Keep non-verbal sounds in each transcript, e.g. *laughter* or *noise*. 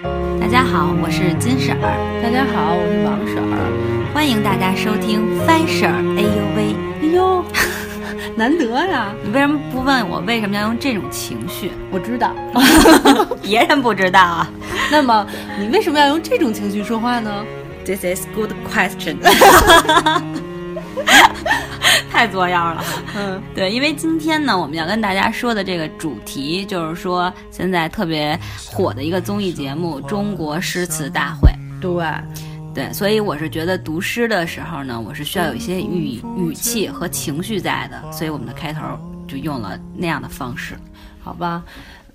大家好，我是金婶儿，大家好，我是王婶儿。欢迎大家收听翻婶儿。哎呦喂，哎呦， *laughs* 难得呀！你为什么不问我为什么要用这种情 *laughs* 绪？我知道。别人不知道啊。那么你为什么要用这种情绪说话呢？ This is good question *laughs* 太作样了。嗯对，因为今天呢，我们要跟大家说的这个主题就是说，现在特别火的一个综艺节目《中国诗词大会》。，对，对，所以我是觉得读诗的时候呢，我是需要有一些语语气和情绪在的，所以我们的开头就用了那样的方式。好吧。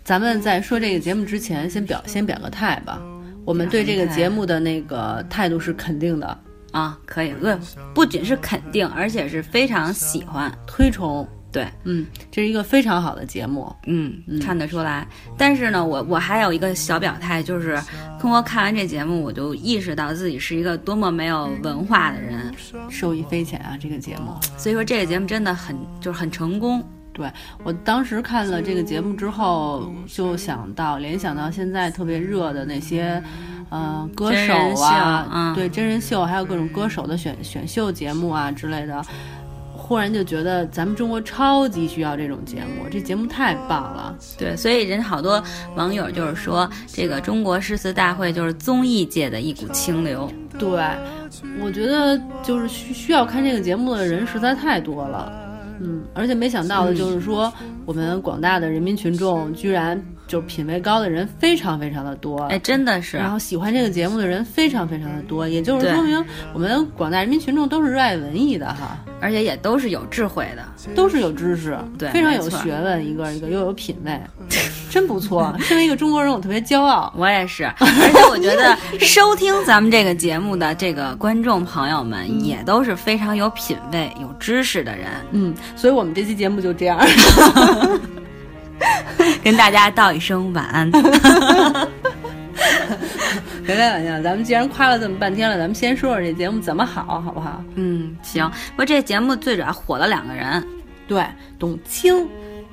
咱们在说这个节目之前，先表先表个态吧。我们对这个节目的那个态度是肯定的，啊，可以，不不仅是肯定，而且是非常喜欢。推崇。对，嗯，这是一个非常好的节目。嗯，看得出来。但是呢，我我还有一个小表态，就是通过看完这节目，我就意识到自己是一个多么没有文化的人。受益匪浅啊！这个节目，所以说这个节目真的很就是很成功。对我当时看了这个节目之后，嗯就想到联想到现在特别热的那些，呃，歌真手人啊秀，嗯对真人秀，还有各种歌手的选选秀节目啊之类的，忽然就觉得咱们中国超级需要这种节目，这节目太棒了。对，所以人好多网友就是说，这个中国诗词大会就是综艺界的一股清流。对，我觉得就是需需要看这个节目的人实在太多了。嗯，而且没想到的就是说，我们广大的人民群众居然就是品味高的人非常非常的多。哎，真的是然后喜欢这个节目的人非常非常的多，也就是对说明我们广大人民群众都是热爱文艺的哈，而且也都是有智慧的。都是有知识，对非常有没错学问，一个一个又有品味，真不错。 *laughs* 身为一个中国人，我特别骄傲。我也是，而且我觉得收听咱们这个节目的这个观众朋友们，也都是非常有品位、有知识的人，嗯，所以我们这期节目就这 *laughs* 样。跟大家道一声晚安。别开玩笑，咱们既然夸了这么半天了，咱们先说说这节目怎么好，好不好？嗯，行。不，这节目最主要火了两个人，对，董卿，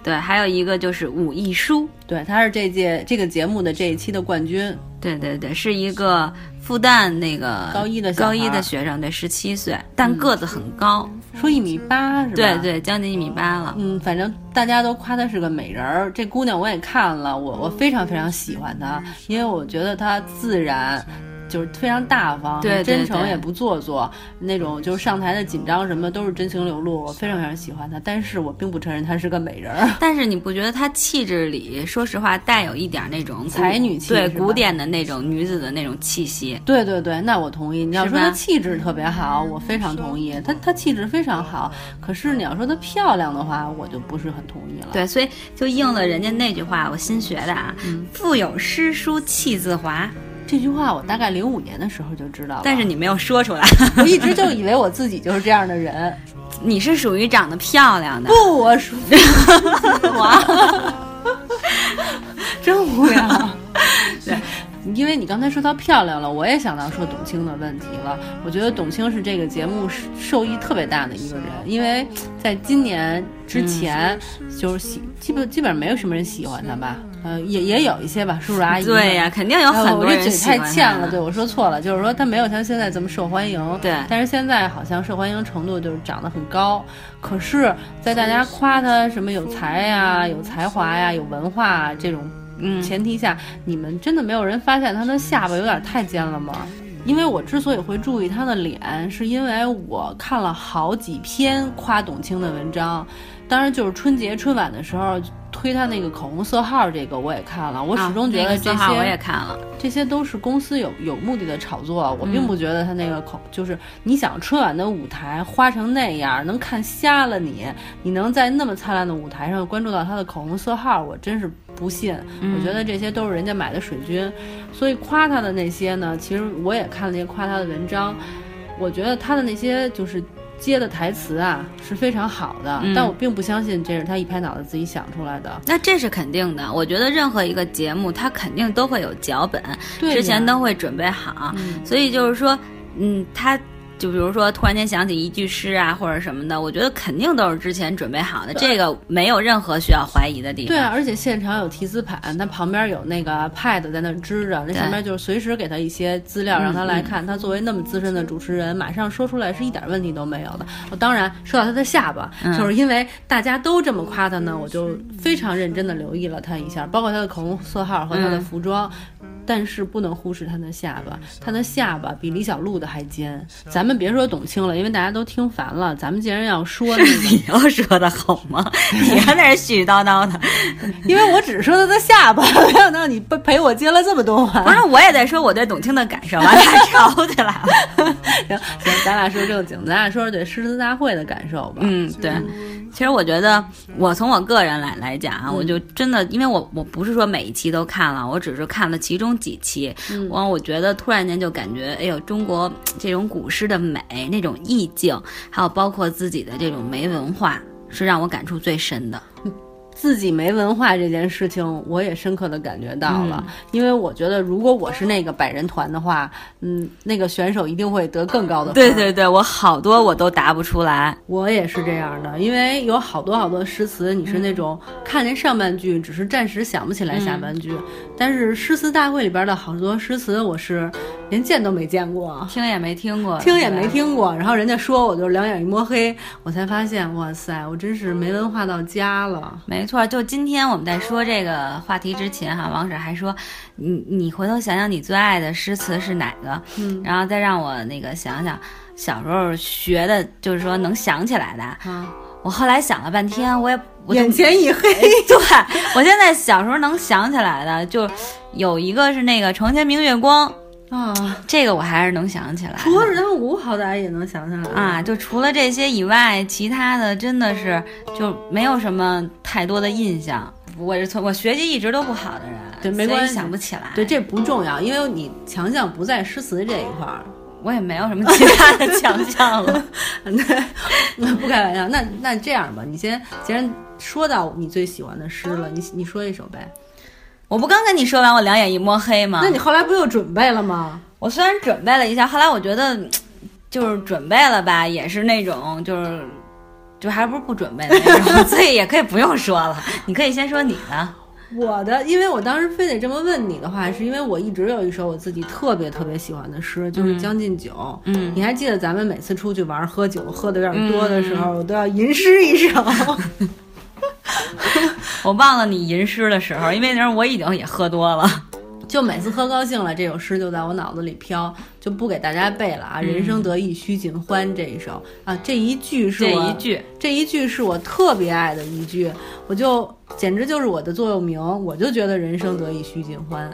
对，还有一个就是武亦姝，对，她是这届这个节目的这一期的冠军。对对对，是一个复旦那个高一的小孩高一的学生，对，十七岁，但个子很高，说一米八是吧？对对，将近一米八了。嗯，反正大家都夸她是个美人儿。这姑娘我也看了，我我非常非常喜欢她，嗯因为我觉得她自然。就是非常大方，对很对真诚对也不做作，那种就是上台的紧张什么都是真情流露，我非常非常喜欢她。但是我并不承认她是个美人儿， *laughs* 但是你不觉得她气质里，说实话，带有一点那种古才女气对是吧嗯古典的那种女子的那种气息？对对对，那我同意。你要是说她吧嗯气质特别好，我非常同意。她她气质非常好，可是你要说她漂亮的话，我就不是很同意了。对，所以就应了人家那句话，我新学的啊，“嗯腹有诗书气自华这句话，我大概零五年的时候就知道”，了。但是你没有说出来， *laughs* 我一直就以为我自己就是这样的人。你是属于长得漂亮的，不，我说 *laughs* *laughs* 真无聊。对，因为你刚才说到漂亮了，我也想到说董卿的问题了。我觉得董卿是这个节目是受益特别大的一个人，因为在今年嗯之前，就是喜基本基本上没有什么人喜欢她吧，呃，也也有一些吧，叔叔阿姨。 *laughs* 对呀、肯定有哎很我多这人嘴喜太欢欠她了，对我说错了，就是说她没有像现在这么受欢迎。对但是现在好像受欢迎程度就是涨得很高，可是，在大家夸她什么有才呀、有才华呀、有文化、啊、这种嗯，前提下，你们真的没有人发现她的下巴有点太尖了吗？因为我之所以会注意她的脸，是因为我看了好几篇夸董卿的文章，当然就是春节春晚的时候推她那个口红色号这个我也看了，我啊始终觉那得个这色些、号我也看了，这些都是公司有有目的的炒作，我嗯并不觉得他那个口、就是你想春晚的舞台花成那样，能看瞎了你，你能在那么灿烂的舞台上关注到他的口红色号，我真是不信。我觉得这些都是人家买的水军，所以夸他的那些呢，其实我也看了一些夸他的文章，我觉得他的那些就是。接的台词啊是非常好的，嗯但我并不相信这是他一拍脑袋自己想出来的。那这是肯定的。我觉得任何一个节目，它肯定都会有脚本，对呀之前都会准备好，嗯所以就是说，嗯，他。就比如说突然间想起一句诗啊或者什么的，我觉得肯定都是之前准备好的，这个没有任何需要怀疑的地方。对啊，而且现场有提词盘，它旁边有那个 pad 在那支着，那对嗯上面就是随时给他一些资料让他来看。他作为那么资深的主持人，马上说出来是一点问题都没有的。我当然说到他的下巴，嗯就是因为大家都这么夸他呢，我就非常认真的留意了他一下，包括他的口红色号和他的服装。但是不能忽视他的下巴，嗯他的下巴比李小璐的还尖。咱们别说董卿了，因为大家都听烦了。咱们既然要说 *laughs* 那个， *laughs* 你要说的好吗？你还在这絮絮叨叨 *laughs* 的，因为我只说他的下巴， *laughs* 没想到你陪陪我接了这么多话不。是我也在说我对董卿的感受，完 *laughs* 俩吵起来了。行，行，咱俩说正经，咱俩说说对诗词大会的感受吧。嗯，对。其实我觉得，我从我个人来来讲啊，我就真的，因为我我不是说每一期都看了，我只是看了其中几期。嗯完，我觉得突然间就感觉，哎呦，中国这种古诗的美，那种意境，还有包括自己的这种没文化，是让我感触最深的。自己没文化这件事情，我也深刻的感觉到了。因为我觉得，如果我是那个百人团的话，嗯，那个选手一定会得更高的分。对对对，我好多我都答不出来。我也是这样的，因为有好多好多诗词，你是那种看见上半句，只是暂时想不起来下半句。但是诗词大会里边的好多诗词，我是连见都没见过。听也没 *laughs* 听过，听也没听过，然后人家说我就两眼一摸黑，我才发现，哇塞，我真是没文化到家了。没错，就今天我们在说这个话题之前哈，王婶还说，你你回头想想你最爱的诗词是哪个，嗯然后再让我那个想想小时候学的，就是说能想起来的。啊，我后来想了半天，我也我就眼前一黑， *laughs* 对我现在小时候能想起来的，就有一个是那个“床前明月光啊，”，这个我还是能想起来的。除了人物好歹也能想起来啊，，就除了这些以外，其他的真的是就没有什么太多的印象。我是从我学习一直都不好的人，对没关系所以想不起来。对，，这不重要，因为你强项不在诗词这一块儿。 *laughs* 我也没有什么其他的 *laughs* 强项了。那不开玩笑，那那这样吧，你先既然说到你最喜欢的诗了，你你说一首呗。我不刚跟你说完，我两眼一摸黑吗？那你后来不又准备了吗？我虽然准备了一下，后来我觉得嗯就是准备了吧，也是那种就是。就还不是不准备的那 *laughs* 种，所以也可以不用说了。你可以先说你的，我的，因为我当时非得这么问你的话，是因为我一直有一首我自己特别特别喜欢的诗，就是《将进酒》。嗯你还记得咱们每次出去玩儿喝酒喝的有点多的时候，我都要吟诗一首。我忘了你吟诗的时候，因为那时候我已经也喝多了。 *laughs* 就每次喝高兴了，这首诗就在我脑子里飘，就不给大家背了啊。人生得意须尽欢这一首啊，这一句是这我一句，这一句是我特别爱的一句，我就简直就是我的座右铭，我就觉得人生得意须尽欢。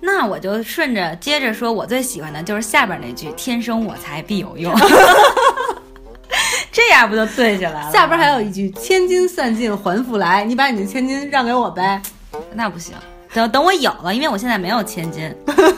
那我就顺着接着说，我最喜欢的就是下边那句“天生我材必有用”， *laughs* 这样不就对起来了？下边还有一句“千金散尽还复来”，你把你的千金让给我呗，那不行，等等我有了，因为我现在没有千金， *laughs*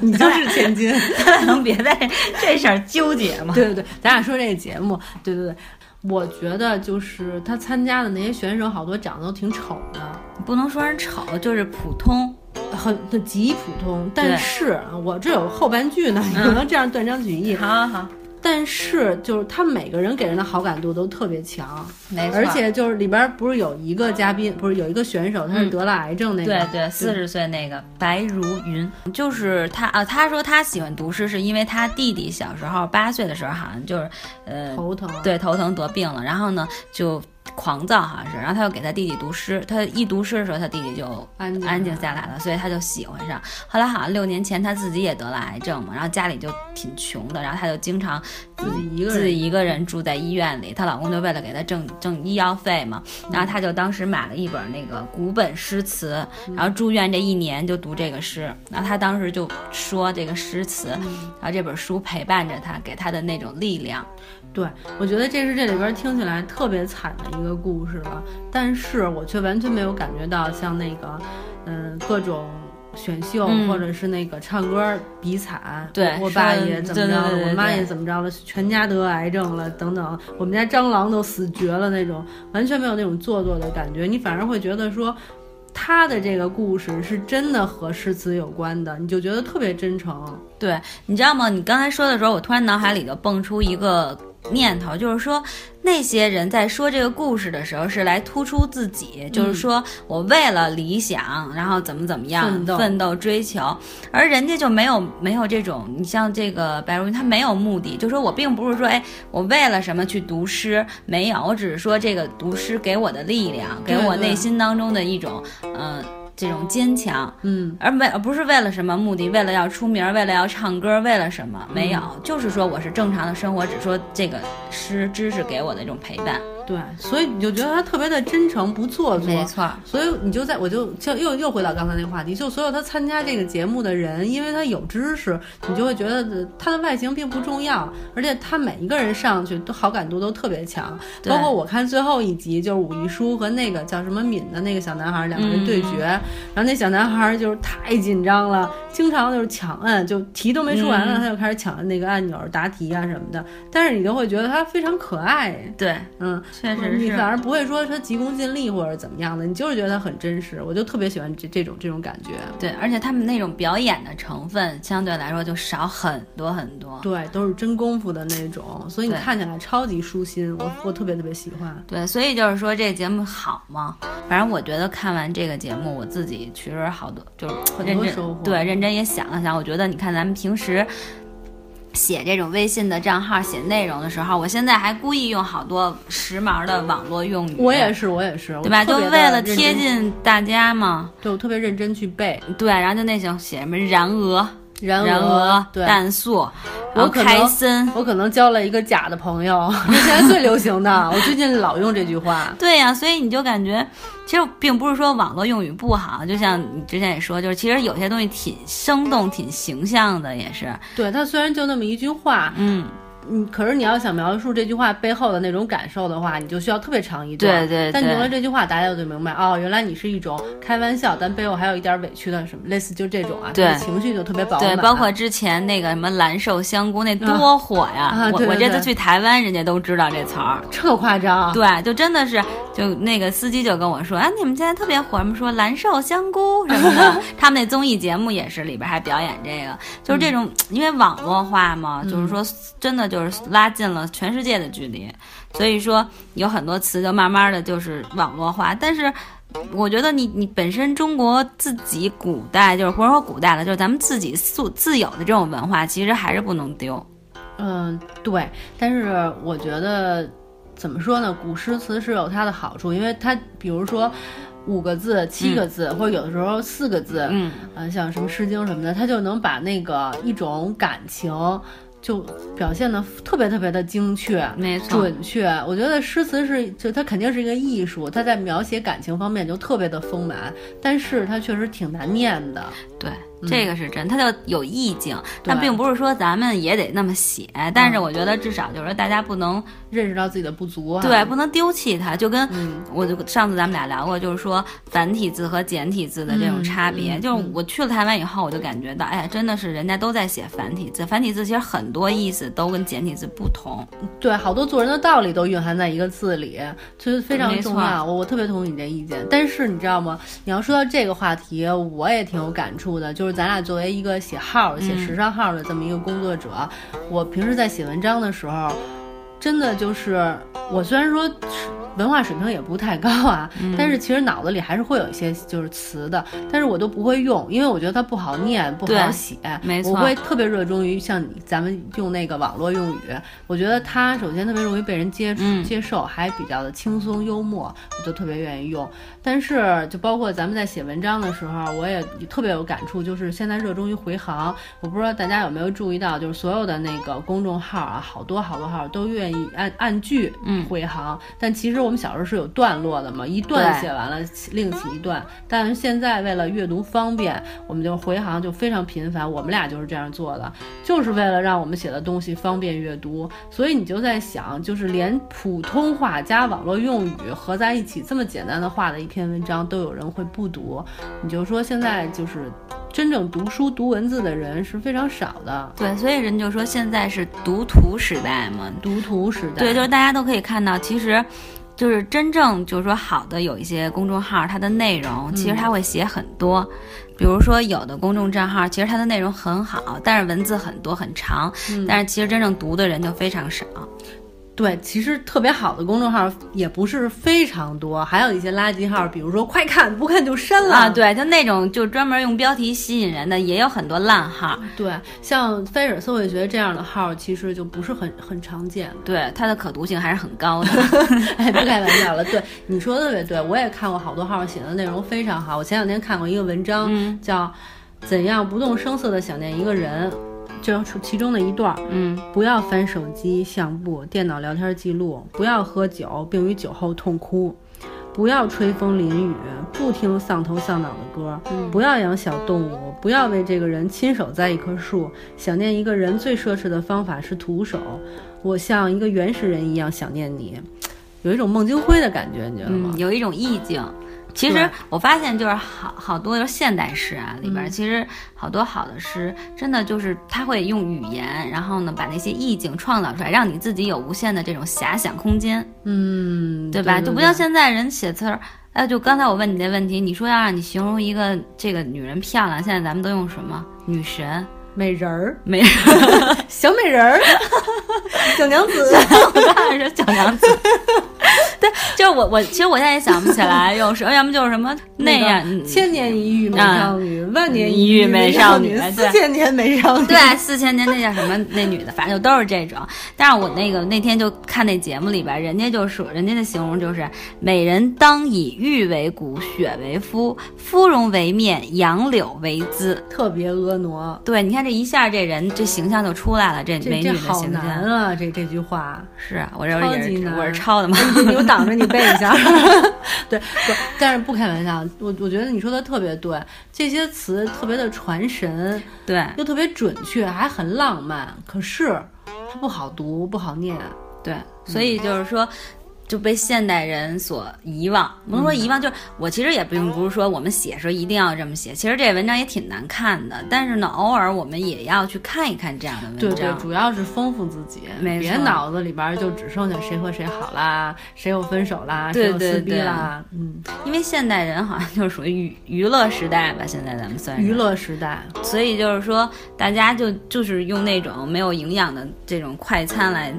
你就是千 *laughs* 金。咱俩能别在这事儿纠结吗？ *laughs* 对对对，咱俩说这个节目，对对对，我觉得就是他参加的那些选手，好多长得都挺丑的，不能说人丑，就是普通。很很极普通。但对嗯是啊我这有后半句呢，你不能这样断章取义。好好好，但是就是他每个人给人的好感度都特别强。没错。而且就是里边儿不是有一个嘉宾，不是有一个选手，他是嗯得了癌症那个，对对，四十岁那个白如云，就是他啊。他说他喜欢读诗，是因为他弟弟小时候八岁的时候，好像就是呃头疼，，啊对，头疼得病了，然后呢就狂躁好像是，然后他又给他弟弟读诗，他一读诗的时候，他弟弟就安静啊安静下来了，所以他就喜欢上。后来好像六年前他自己也得了癌症嘛，然后家里就挺穷的，然后他就经常自己一个自人，己一个人住在医院里，她老公就为了给她挣挣医药费嘛，嗯然后她就当时买了一本那个古本诗词，嗯然后住院这一年就读这个诗，然后她当时就说这个诗词，嗯然后这本书陪伴着她，给她的那种力量。对我觉得这是这里边听起来特别惨的一个故事了，但是我却完全没有感觉到像那个，嗯、各种。选秀嗯或者是那个唱歌比惨，对我我爸说也怎么对着对了，对我妈对也怎么着了，全家得癌症了，等等，我们家蟑螂都死绝了那种，完全没有那种做作的感觉，你反而会觉得说，他的这个故事是真的和诗词有关的，你就觉得特别真诚。对，你知道吗？你刚才说的时候，我突然脑海里就蹦出一个念头，就是说那些人在说这个故事的时候，是来突出自己，嗯就是说我为了理想，然后怎么怎么样奋斗追求，而人家就没有没有这种，你像这个白如云，他没有目的，就说我并不是说，哎，我为了什么去读诗，没有，我只是说这个读诗给我的力量，给对我对内心当中的一种，嗯、这种坚强，嗯，而没而呃不是为了什么目的，为了要出名，为了要唱歌，为了什么？没有，就是说我是正常的生活，只说这个诗知识给我的一种陪伴。对，所以你就觉得他特别的真诚，不做作。错，所以你就在我就就又又回到刚才那个话题，就所有他参加这个节目的人，因为他有知识，你就会觉得呃他的外形并不重要，而且他每一个人上去都好感度都特别强。对包括我看最后一集，就是武亦姝和那个叫什么敏的那个小男孩两个人对决，嗯然后那小男孩就是太紧张了，经常就是抢摁，就题都没出完了，嗯他就开始抢摁那个按钮答题啊什么的。但是你就会觉得他非常可爱，对，嗯，确嗯实你是反。而不会说他急功近利或者怎么样的，你就是觉得他很真实，我就特别喜欢这这种这种感觉。对，而且他们那种表演的成分相对来说就少很多很多。对，都是真功夫的那种，所以你对嗯看起来超级舒心，我我特别特别喜欢。对，所以就是说这节目好吗？反正我觉得看完这个节目，我自己其实好多就是很认多真收获对，认真也想了想。我觉得你看咱们平时写这种微信的账号写内容的时候，我现在还故意用好多时髦的网络用语，我也是，我也是，对吧？我特就别地为了认真贴，近大家嘛。对我特别认真去背。对，然后就那种写什么燃鹅、然燃鹅、对，蛋素，我然后可能开森。我可能交了一个假的朋友，这现在最流行的，我最近老用这句话。对呀、所以你就感觉，其实并不是说网络用语不好，就像你之前也说，就是其实有些东西挺生动、挺形象的，也是，对他虽然就那么一句话，嗯，嗯，可是你要想描述这句话背后的那种感受的话，你就需要特别长一段。对对但你对用了这句话，大家就明白哦，原来你是一种开玩笑，但背后还有一点委屈的什么，类似就这种啊，对这个情绪就特别饱满。对，包括之前那个什么蓝瘦香菇那多火呀，啊对我我对这次对去台湾，人家都知道这词儿。特夸张，对，就真的是，就那个司机就跟我说，哎，你们现在特别火，什么说蓝瘦香菇什么的，他们那综艺节目也是里边还表演这个，就是这种，因为网络化嘛，就是说真的就是拉近了全世界的距离，所以说有很多词就慢慢的就是网络化，但是。我觉得你你本身中国自己古代就是不是说古代了，就是咱们自己素自有的这种文化，其实还是不能丢。嗯，对。但是我觉得怎么说呢，古诗词是有它的好处，因为它比如说五个字、七个字，或者有的时候四个字，嗯，啊，像什么《诗经》什么的，他就能把那个一种感情就表现的特别特别的精确。没错，准确，我觉得诗词是，就它肯定是一个艺术，它在描写感情方面就特别的丰满，但是它确实挺难念的。对，这个是真，它就有意境，嗯对嗯但并不是说咱们也得那么写。但是我觉得至少就是说，大家不能、认识到自己的不足啊。对，不能丢弃它。就跟、嗯我就上次咱们俩聊过，就是说繁体字和简体字的这种差别。嗯嗯就是我去了台湾以后，我就感觉到，哎呀，真的是人家都在写繁体字，繁体字其实很多意思都跟简体字不同。对，好多做人的道理都蕴含在一个字里，就是非常没错重要。我我特别同意你这意见，但是你知道吗？你要说到这个话题，我也挺有感触的。就是咱俩作为一个写号、写嗯时尚号的这么一个工作者，我平时在写文章的时候，真的就是我虽然说文化水平也不太高啊，嗯但是其实脑子里还是会有一些就是词的，但是我都不会用，因为我觉得它不好念，不好对写。没错我会特别热衷于像你咱们用那个网络用语，我觉得它首先特别容易被人接触、嗯接受，还比较的轻松幽默，我就特别愿意用。但是就包括咱们在写文章的时候，我也特别有感触，就是现在热衷于回航。我不知道大家有没有注意到，就是所有的那个公众号啊，好多好多号都愿意按按句嗯回航，但其实我们小时候是有段落的嘛，一段对写完了另起一段。但是现在为了阅读方便，我们就回航就非常频繁，我们俩就是这样做的，就是为了让我们写的东西方便阅读。所以你就在想，就是连普通话加网络用语合在一起这么简单的话的一篇文章，都有人会不读。你就说现在就是真正读书读文字的人是非常少的，对，所以人就说现在是读图时代嘛，读图时代。对，就是大家都可以看到，其实就是真正就是说好的有一些公众号，它的内容其实它会写很多，比如说有的公众账号其实它的内容很好，但是文字很多很长，嗯但是其实真正读的人就非常少。对，其实特别好的公众号也不是非常多，还有一些垃圾号，比如说快看不看就删了。啊，对，就那种就专门用标题吸引人的，也有很多烂号。对，像菲尔社会学这样的号，其实就不是很很常见。 *laughs* 对，它的可读性还是很高的。哎，不开玩笑了。对，你说的特别对，我也看过好多号写的内容非常好。我前两天看过一个文章，嗯叫《怎样不动声色的想念一个人》，就是其中的一段儿，嗯，不要翻手机、相簿、电脑聊天记录，不要喝酒，并于酒后痛哭，不要吹风淋雨，不听丧头丧脑的歌，嗯不要养小动物，不要为这个人亲手栽一棵树。想念一个人最奢侈的方法是徒手。我像一个原始人一样想念你，有一种孟京辉的感觉，你觉得吗？嗯，有一种意境。其实对我发现，就是好好多就是现代诗啊里边，其实好多好的诗，真的就是他会用语言，然后呢把那些意境创造出来，让你自己有无限的这种遐想空间，嗯，对吧？就不像现在人写词儿，哎，就刚才我问你那问题，你说要让你形容一个这个女人漂亮，现在咱们都用什么？女神、美人儿，美小美人儿， *laughs* 小娘子。 *laughs* 当然是小娘子。 *laughs* 对，就是我，我其实我现在也想不起来有什么，要么就是什么那样，嗯啊千年一遇美少女，万年遇美美少女女，对四千年美少 *laughs* 女。对，四千年那叫什么那女的，反正就都是这种。但是我那个那天就看那节目里边，人家就说，人家的形容就是“美人当以玉为骨，雪为肤，芙蓉为面，杨柳为姿特别婀娜”。。对，你看这一下，这人这形象就出来了，这这美女这的好形难象。啊！这这句话， *laughs* 是啊，我这超也级是难哎我是抄的嘛。你我挡着你背一下。 *laughs* 对，不，但是不开玩笑，我我觉得你说的特别对，这些词特别的传神， *laughs* 对又特别准确，还很浪漫。可是它不好读，不好念。对，所以就是说。就被现代人所遗忘，不能说嗯遗忘，就是我其实也并不是说我们写时候一定要这么写，其实这文章也挺难看的，但是呢，偶尔我们也要去看一看这样的文嗯对章。对，主要是丰富自己，没别错脑子里边儿就只剩下谁和谁好啦，谁又分手啦，对谁又对撕逼对啦，嗯，因为现代人好像就是属于娱娱乐时代吧，现在咱们算是娱，乐时代， *laughs* 所以就是说大家就就是用那种没有营养的这种快餐来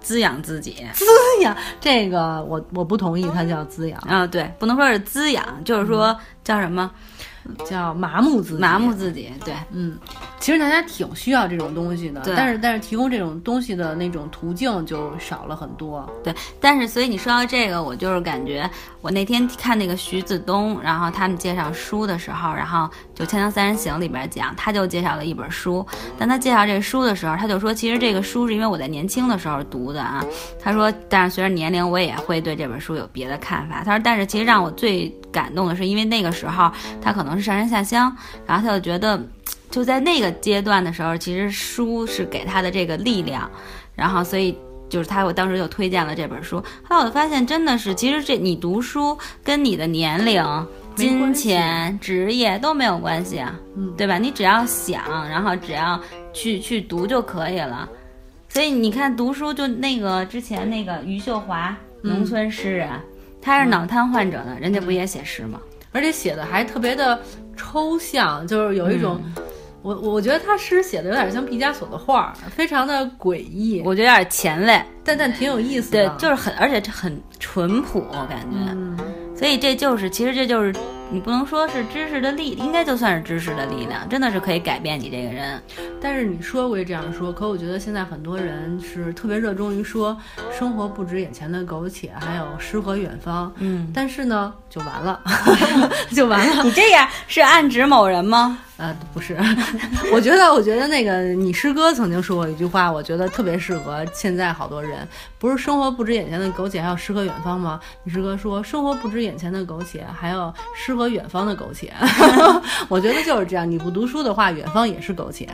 滋养自己。滋养这个我我不同意，它叫滋养，嗯啊、对，不能说是滋养，就是说叫什么叫嗯麻木自己。麻木自己。对，嗯，其实大家挺需要这种东西的，对但是但是提供这种东西的那种途径就少了很多。对，但是所以你说到这个，我就是感觉我那天看那个徐子东，然后他们介绍书的时候，然后就《锵锵三人行》里边讲，他就介绍了一本书，但他介绍这个书的时候，他就说，其实这个书是因为我在年轻的时候读的啊。他说，但是随着年龄，我也会对这本书有别的看法。他说，但是其实让我最感动的是，因为那个时候他可能是上山下乡，然后他就觉得。就在那个阶段的时候，其实书是给他的这个力量，然后所以就是他，我当时就推荐了这本书。后来我发现，真的是，其实这你读书跟你的年龄、没金关系钱、职业都没有关系啊，嗯对吧？你只要想，然后只要去去读就可以了。所以你看，读书就那个之前那个余秀华，农村诗人，他是脑瘫患者呢，人家不也写诗吗？而且写的还特别的抽象，就是有一种，我我觉得他诗写的有点像毕加索的画儿，非常的诡异，我觉得有点前卫，但但挺有意思对的。，就是很，而且这很淳朴，我感觉。嗯，所以这就是，其实这就是你不能说是知识的力，应该就算是知识的力量，真的是可以改变你这个人。但是你说归这样说，可我觉得现在很多人是特别热衷于说生活不止眼前的苟且，还有诗和远方。 *laughs* 嗯，但是呢，就 *laughs* 完了，就完了。你这样是暗指某人吗？呃，不是， *laughs* 我觉得，我觉得那个你师哥曾经说过一句话，我觉得特别适合现在好多人。不是生活不止眼前的苟且，还有诗和远方吗？你师哥说，生活不止眼前的苟且，还有诗和远方的苟且。 *laughs* 我觉得就是这样，你不读书的话，远方也是苟且。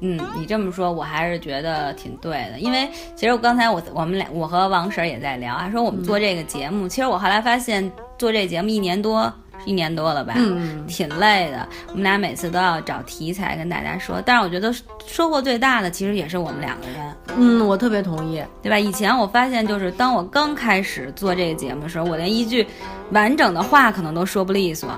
嗯，你这么说，我还是觉得挺对的，因为其实我刚才我我们俩，我啊和王婶儿也在聊，还说我们做这个节目，其实我后来发现做这节目一年多，一年多了吧，*laughs* 嗯挺累的。我们俩每次都要找题材跟大家说，但是我觉得收获最大的其实也是我们两个人，嗯，我特别同意。对吧？以前我发现，就是当我刚开始做这个节目的时候，我连一句完整的话可能都说不利索，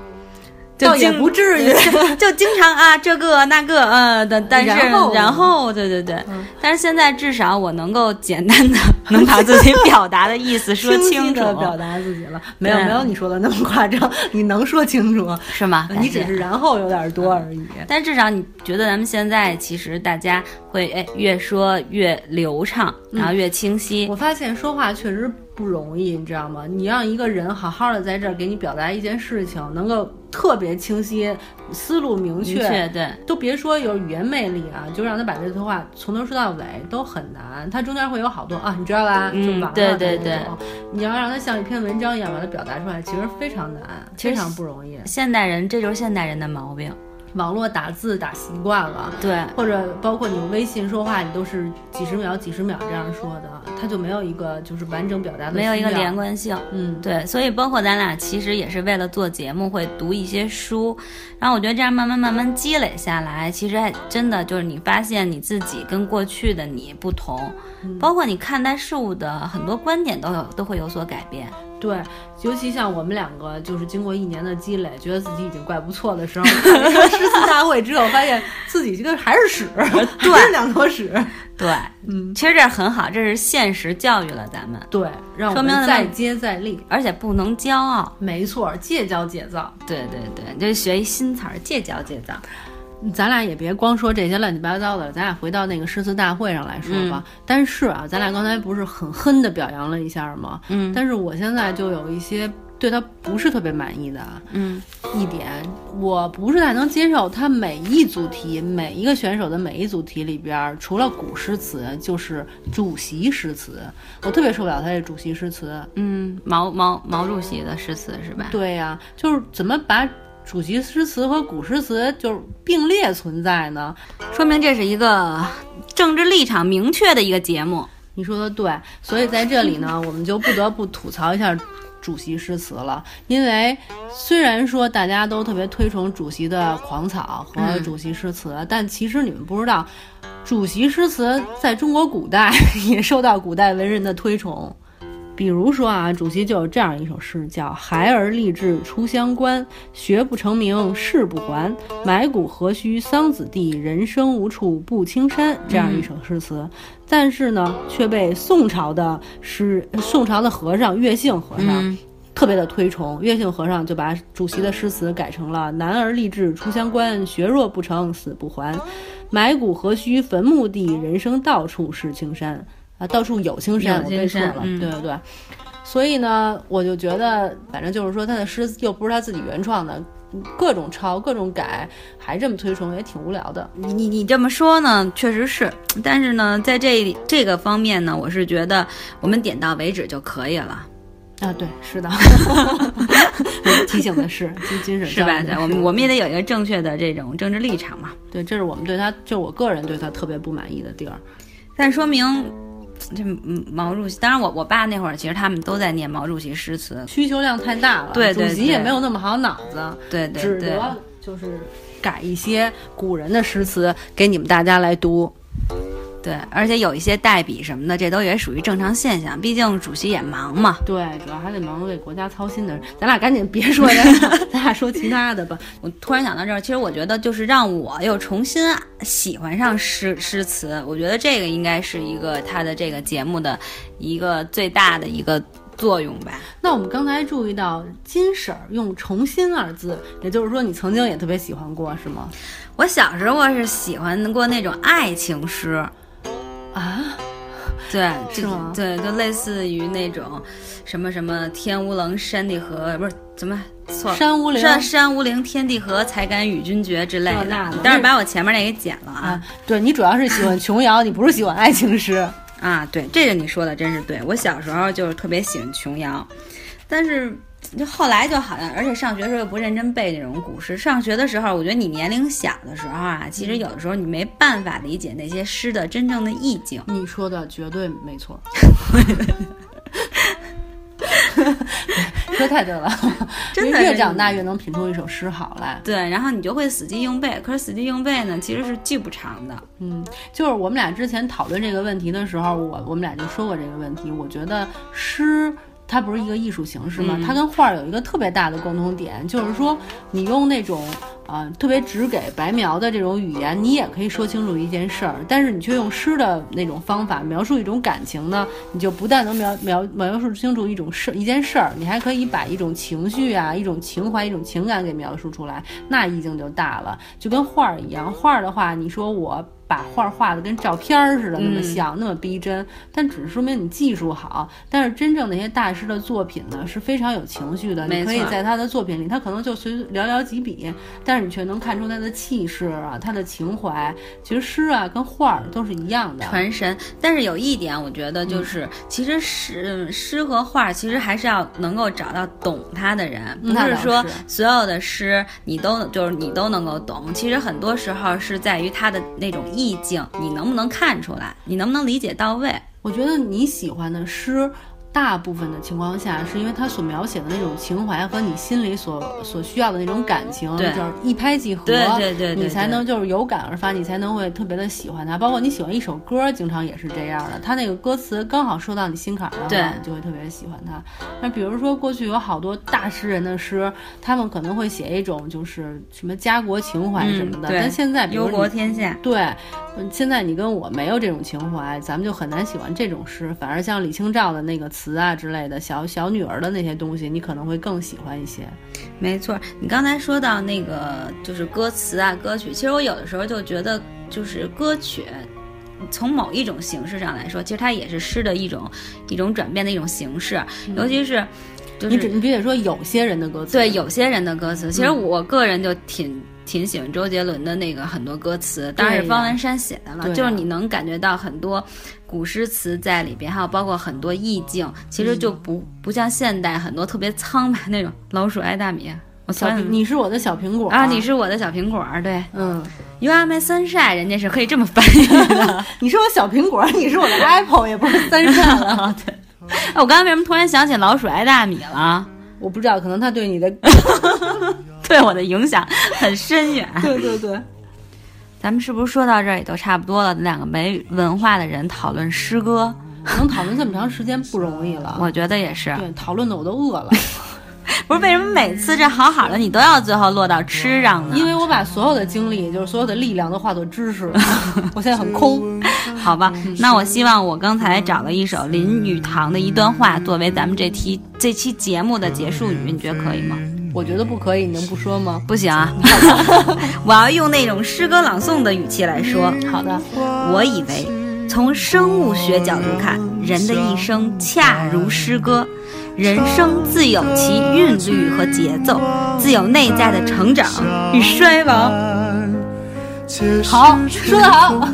就倒也经不至于 *laughs* 就经常啊这个那个呃的，但是嗯然后嗯对对对，但是现在至少我能够简单的能把自己表达的意思说清楚，的表达自己了，没有对没有你说的那么夸张，你能说清楚，是吗？感呃你谢只是然后有点多嗯而已。但至少你觉得咱们现在其实大家会哎越说越流畅，然后越清晰。我发现说话确实不容易，你知道吗？你让一个人好好的在这儿给你表达一件事情，能够特别清晰、思路明明确对，都别说有语言魅力啊，就让他把这段话从头说到尾都很难。他中间会有好多啊，你知道啦，嗯就完了。对对就那种你要让他像一篇文章一样把它表达出来，其实非常难，其实非常不容易。现代人这就是现代人的毛病。网络打字打习惯了。对，或者包括你微信说话，你都是几十秒、几十秒这样说的，他就没有一个就是完整表达的，没有一个连。贯性。嗯，对，所以包括咱俩其实也是为了做节目会读一些书，然后我觉得这样慢慢慢慢积累下来，其实还真的就是你发现你自己跟过去的你不同，包括你看待事物的很多观点都有都会有所改变。对，尤其像我们两个，就是经过一年的积累，觉得自己已经怪不错的时候， *laughs* 看了一个诗词大会之后，发现自己这个还 *laughs* 是屎，还是两坨屎。对，嗯，其实这很好，这是现实教育了咱们，对，让我说明了们再接再厉。而且不能骄傲。没错，戒骄戒躁。对对对，就是学一新词儿，戒骄戒躁。咱俩也别光说这些乱七八糟的了，咱俩回到那个诗词大会上来说吧。嗯但是啊，咱俩刚才不是很哼的表扬了一下吗？嗯但是我现在就有一些对他不是特别满意的啊嗯一点，我不是太能接受他每一组题，每一个选手的每一组题里边儿，除了古诗词就是主席诗词，我特别受不了他这主席诗词。嗯，毛毛毛主席的诗词是吧？对呀、就是怎么把主席诗词和古诗词就是并列存在呢？说明这是一个政治立场明确的一个节目。你说的对，所以在这里呢，我们就不得不吐槽一下主席诗词了，因为虽然说大家都特别推崇主席的《狂草》和嗯主席诗词，但其实你们不知道，主席诗词在中国古代 *laughs* 也受到古代文人的推崇。比如说啊，主席就有这样一首诗，叫“孩儿立志出乡关，学不成名誓不还，埋骨何须桑梓地，人生无处不青山”这样一首诗词。但是呢，却被宋朝的诗，宋朝的和尚乐姓和尚、嗯特别的推崇。乐姓和尚就把主席的诗词改成了“男儿立志出乡关，学若不成死不还，埋骨何须坟墓地，人生到处是青山”。啊，到处有青山，有我青背错山了，嗯对对对。所以呢，我就觉得，反正就是说，他的诗又不是他自己原创的，各种抄，各种改，还这么推崇，也挺无聊的。你你你这么说呢，确实是，但是呢，在这这个方面呢，我是觉得我们点到为止就可以了，啊，对， *laughs* 是的，提醒的是精精神是吧？教育的对，我们我们也得有一个正确的这种政治立场嘛。对，这是我们对他，就是我个人对他特别不满意的地儿。但说明这嗯毛主席，当然我我爸那会儿其实他们都在念毛主席诗词，需求量太大了，对对主席也对没有那么好脑子，对对只对。得就是改一些古人的诗词给你们大家来读。对，而且有一些代笔什么的，这都也属于正常现象。毕竟主席也忙嘛。对，主要还得忙着为国家操心的人。咱俩赶紧别说这个， *laughs* 咱俩说其他的吧。我突然想到这儿，其实我觉得就是让我又重新喜欢上诗诗词，我觉得这个应该是一个他的这个节目的一个最大的一个作用吧。那我们刚才注意到金婶儿用“重新”二字，也就是说你曾经也特别喜欢过，是吗？我小时候是喜欢过那种爱情诗，啊，对，是就吗对，就类似于那种什么什么天无棱山地合，不是怎么错了。山无陵。山山无陵，天地合，才敢与君绝之类这的那的。但是把我前面那给剪了啊啊，对你主要是喜欢琼瑶，你不是喜欢爱 *laughs* 情诗。啊！对，这个你说的真是对。我小时候就是特别喜欢琼瑶，但是就后来就好像，而且上学的时候又不认真背那种古诗。上学的时候，我觉得你年龄小的时候啊，其实有的时候你没办法理解那些诗的真正的意境。你说的绝对没错。 *laughs* 说太对了， *laughs* 真的越是长大越能品出一首诗好来。对，然后你就会死记硬背。可是死记硬背呢，其实是记不长的。嗯，就是我们俩之前讨论这个问题的时候，我我们俩就说过这个问题。我觉得诗它不是一个艺术形式嘛，它跟画儿有一个特别大的共同点，就是说你用那种啊、呃特别直给白描的这种语言，你也可以说清楚一件事儿，但是你却用诗的那种方法描述一种感情呢，你就不但能描描描述清楚一种事一件事儿，你还可以把一种情绪啊、一种情怀、一种情感给描述出来，那意境就大了。就跟画儿一样，画儿的话，你说我把画儿画的跟照片儿似的嗯那么像、那么逼真，但只是说明你技术好。但是真正那些大师的作品呢，是非常有情绪的，你没可以错在他的作品里，他可能就随寥寥几笔，但是你却能看出他的气势啊，他的情怀。其实诗啊跟画儿都是一样嗯的，传神。但是有一点，我觉得就是，其实诗嗯诗和画，其实还是要能够找到懂它的人，不嗯那是倒说是所有的诗你都就是你都能够懂。其实很多时候是在于它的那种意境，你能不能看出来，你能不能理解到位。我觉得你喜欢的诗，大部分的情况下是因为它所描写的那种情怀和你心里所所需要的那种感情，就对是一拍即合，对对对对你才对能就是有感而发，你才能会特别的喜欢它。包括你喜欢一首歌，经常也是这样的，它那个歌词刚好说到你心坎儿上对了，你就会特别喜欢它。那比如说过去有好多大诗人的诗，他们可能会写一种就是什么家国情怀什么的，嗯对但现在比如忧你国天下，对，嗯，现在你跟我没有这种情怀，咱们就很难喜欢这种诗。反而像李清照的那个词啊之类的，小小女儿的那些东西，你可能会更喜欢一些。没错，你刚才说到那个就是歌词啊、歌曲，其实我有的时候就觉得，就是歌曲从某一种形式上来说，其实它也是诗的一种一种转变的一种形式，尤其是就嗯你只是你必须得说有些人的歌词，对有些人的歌词，其嗯实我个人就挺。挺喜欢周杰伦的那个很多歌词，当然是方文山写的了，对呀啊就是你能感觉到很多古诗词在里边，还有包括很多意境，其实嗯就不、不像现代很多特别苍白那种老鼠爱大米。我突小然苹，你是我的小苹果嗯啊，你是我的小苹果儿，对 *laughs* 嗯， ，You are my sunshine，人家是可以这么翻译 *laughs* 的。你是我小苹果，你是我的 Apple，也不是三 *laughs* 善了。 *laughs* 哎我刚才为什么突然想起老鼠爱大米了？我不知道，可能他对 *laughs* 你的，对我的影响很深远。对对对，咱们是不是说到这儿也都差不多了？两个没文化的人讨论诗歌，能讨论这么长时间不容易了。我觉得也是。对，讨论的我都饿 *laughs* 了，不是为什么每次这好好的你都要最后落到吃上呢？因为我把所有的精力，就是所有的力量都化作 *laughs* 知识了，我现在很空。好吧，嗯那我希望我刚才找了一首林语堂的一段话作为咱们这期这期节目的结束语，你觉得可以吗？我觉得不可以，你能不说吗？不行 *laughs* 啊，我要用那种诗歌朗诵的语气来说。好的，我以为，从生物学角度看，人的一生恰如诗歌，人生自有其韵律和节奏，自有内在的成长与衰亡。好，说得 *laughs* 好，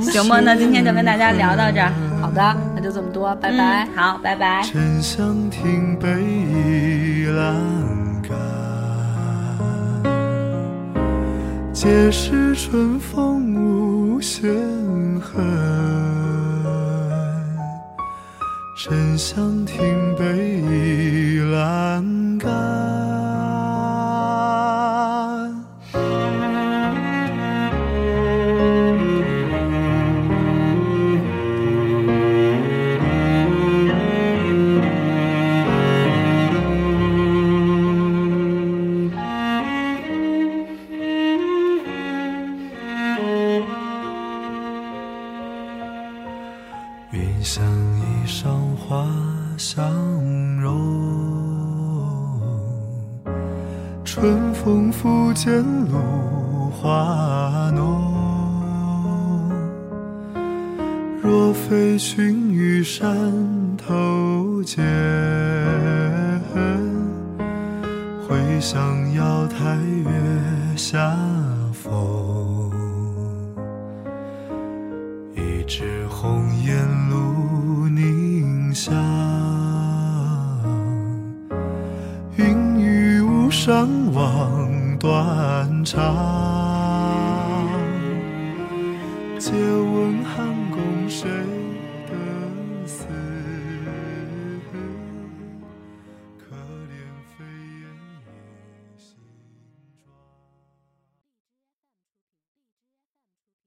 行吧，那今天就跟大家聊到这儿，好的，那就这么多，拜拜。嗯好，拜拜。沉香亭北倚栏杆，皆是春风无限恨。沉香亭北倚栏杆。云想衣裳花相容，春风拂槛露华浓。若非群玉山头见，会向瑶台月下逢。一枝红艳露凝香，云雨巫山望断肠。借问